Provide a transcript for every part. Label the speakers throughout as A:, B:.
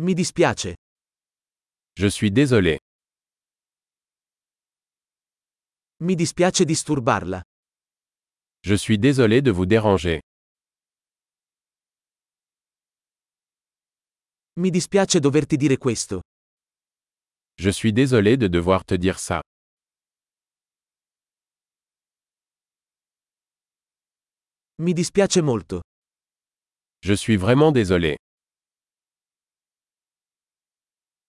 A: Mi dispiace.
B: Je suis désolé.
A: Mi dispiace disturbarla.
B: Je suis désolé de vous déranger.
A: Mi dispiace doverti dire questo.
B: Je suis désolé de devoir te dire ça.
A: Mi dispiace molto.
B: Je suis vraiment désolé.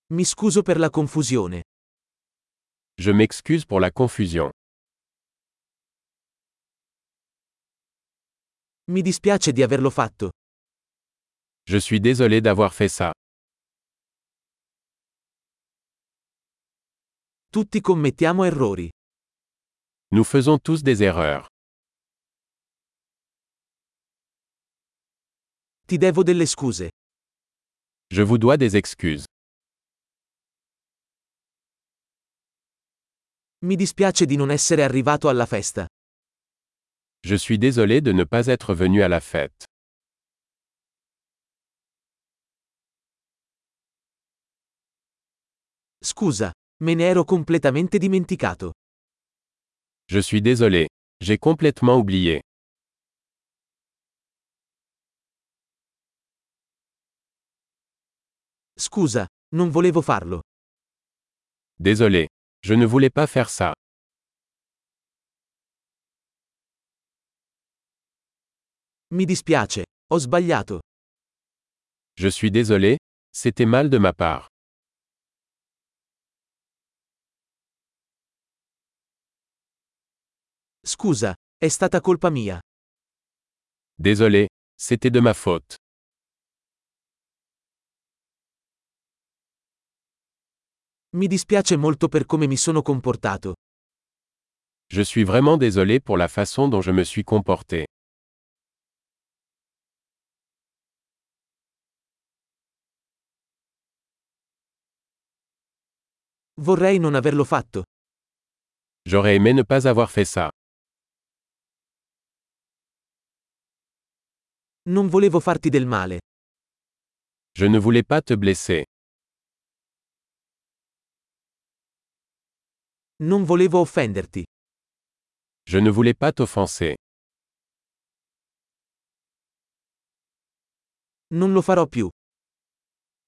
A: Mi scuso per la confusione.
B: Je m'excuse pour la confusion.
A: Mi dispiace di averlo fatto.
B: Je suis désolé d'avoir fait ça.
A: Tutti commettiamo errori.
B: Nous faisons tous des erreurs.
A: Ti devo delle scuse.
B: Je vous dois des excuses.
A: Mi dispiace di non essere arrivato alla festa.
B: Je suis désolé de ne pas être venu à la fête.
A: Scusa, me ne ero completamente dimenticato.
B: Je suis désolé. J'ai complètement oublié.
A: Scusa, non volevo farlo.
B: Désolé. Je ne voulais pas faire ça.
A: Mi dispiace, ho sbagliato.
B: Je suis désolé. C'était mal de ma part.
A: Scusa, è stata colpa mia.
B: Désolé. C'était de ma faute.
A: Mi dispiace molto per come mi sono comportato.
B: Je suis vraiment désolé pour la façon dont je me suis comporté.
A: Vorrei non averlo fatto.
B: J'aurais aimé ne pas avoir fait ça.
A: Non volevo farti del male.
B: Je ne voulais pas te blesser.
A: Non volevo offenderti.
B: Je ne voulais pas t'offenser.
A: Non lo farò più.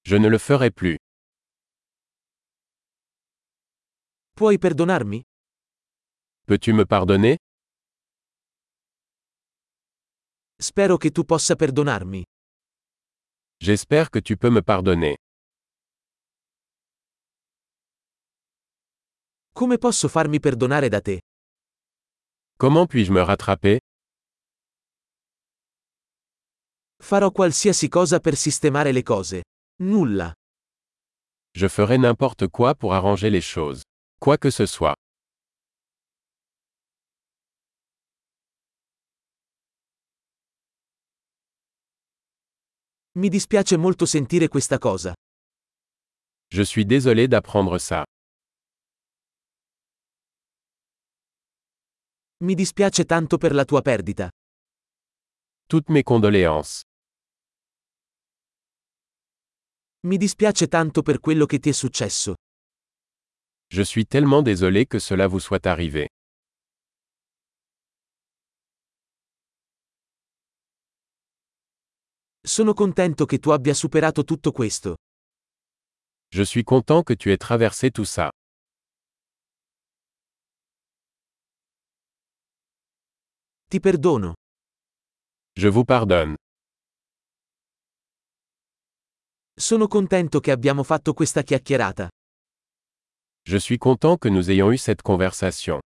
B: Je ne le ferai plus.
A: Puoi perdonarmi?
B: Peux-tu me pardonner
A: Spero che tu possa perdonarmi.
B: J'espère que tu peux me pardonner.
A: Come posso farmi perdonare da te?
B: Comment puis-je me rattraper
A: Farò qualsiasi cosa per sistemare le cose. Nulla.
B: Je ferai n'importe quoi pour arranger les choses. Quoi que ce soit.
A: Mi dispiace molto sentire questa cosa.
B: Je suis désolé d'apprendre ça.
A: Mi dispiace tanto per la tua perdita.
B: Toutes mes condoléances.
A: Mi dispiace tanto per quello che ti è successo.
B: Je suis tellement désolé que cela vous soit arrivé.
A: Sono contento che tu abbia superato tutto questo.
B: Je suis content que tu aies traversé tout ça.
A: Ti perdono.
B: Je vous pardonne.
A: Sono contento che abbiamo fatto questa chiacchierata.
B: Je suis content que nous ayons eu cette conversation.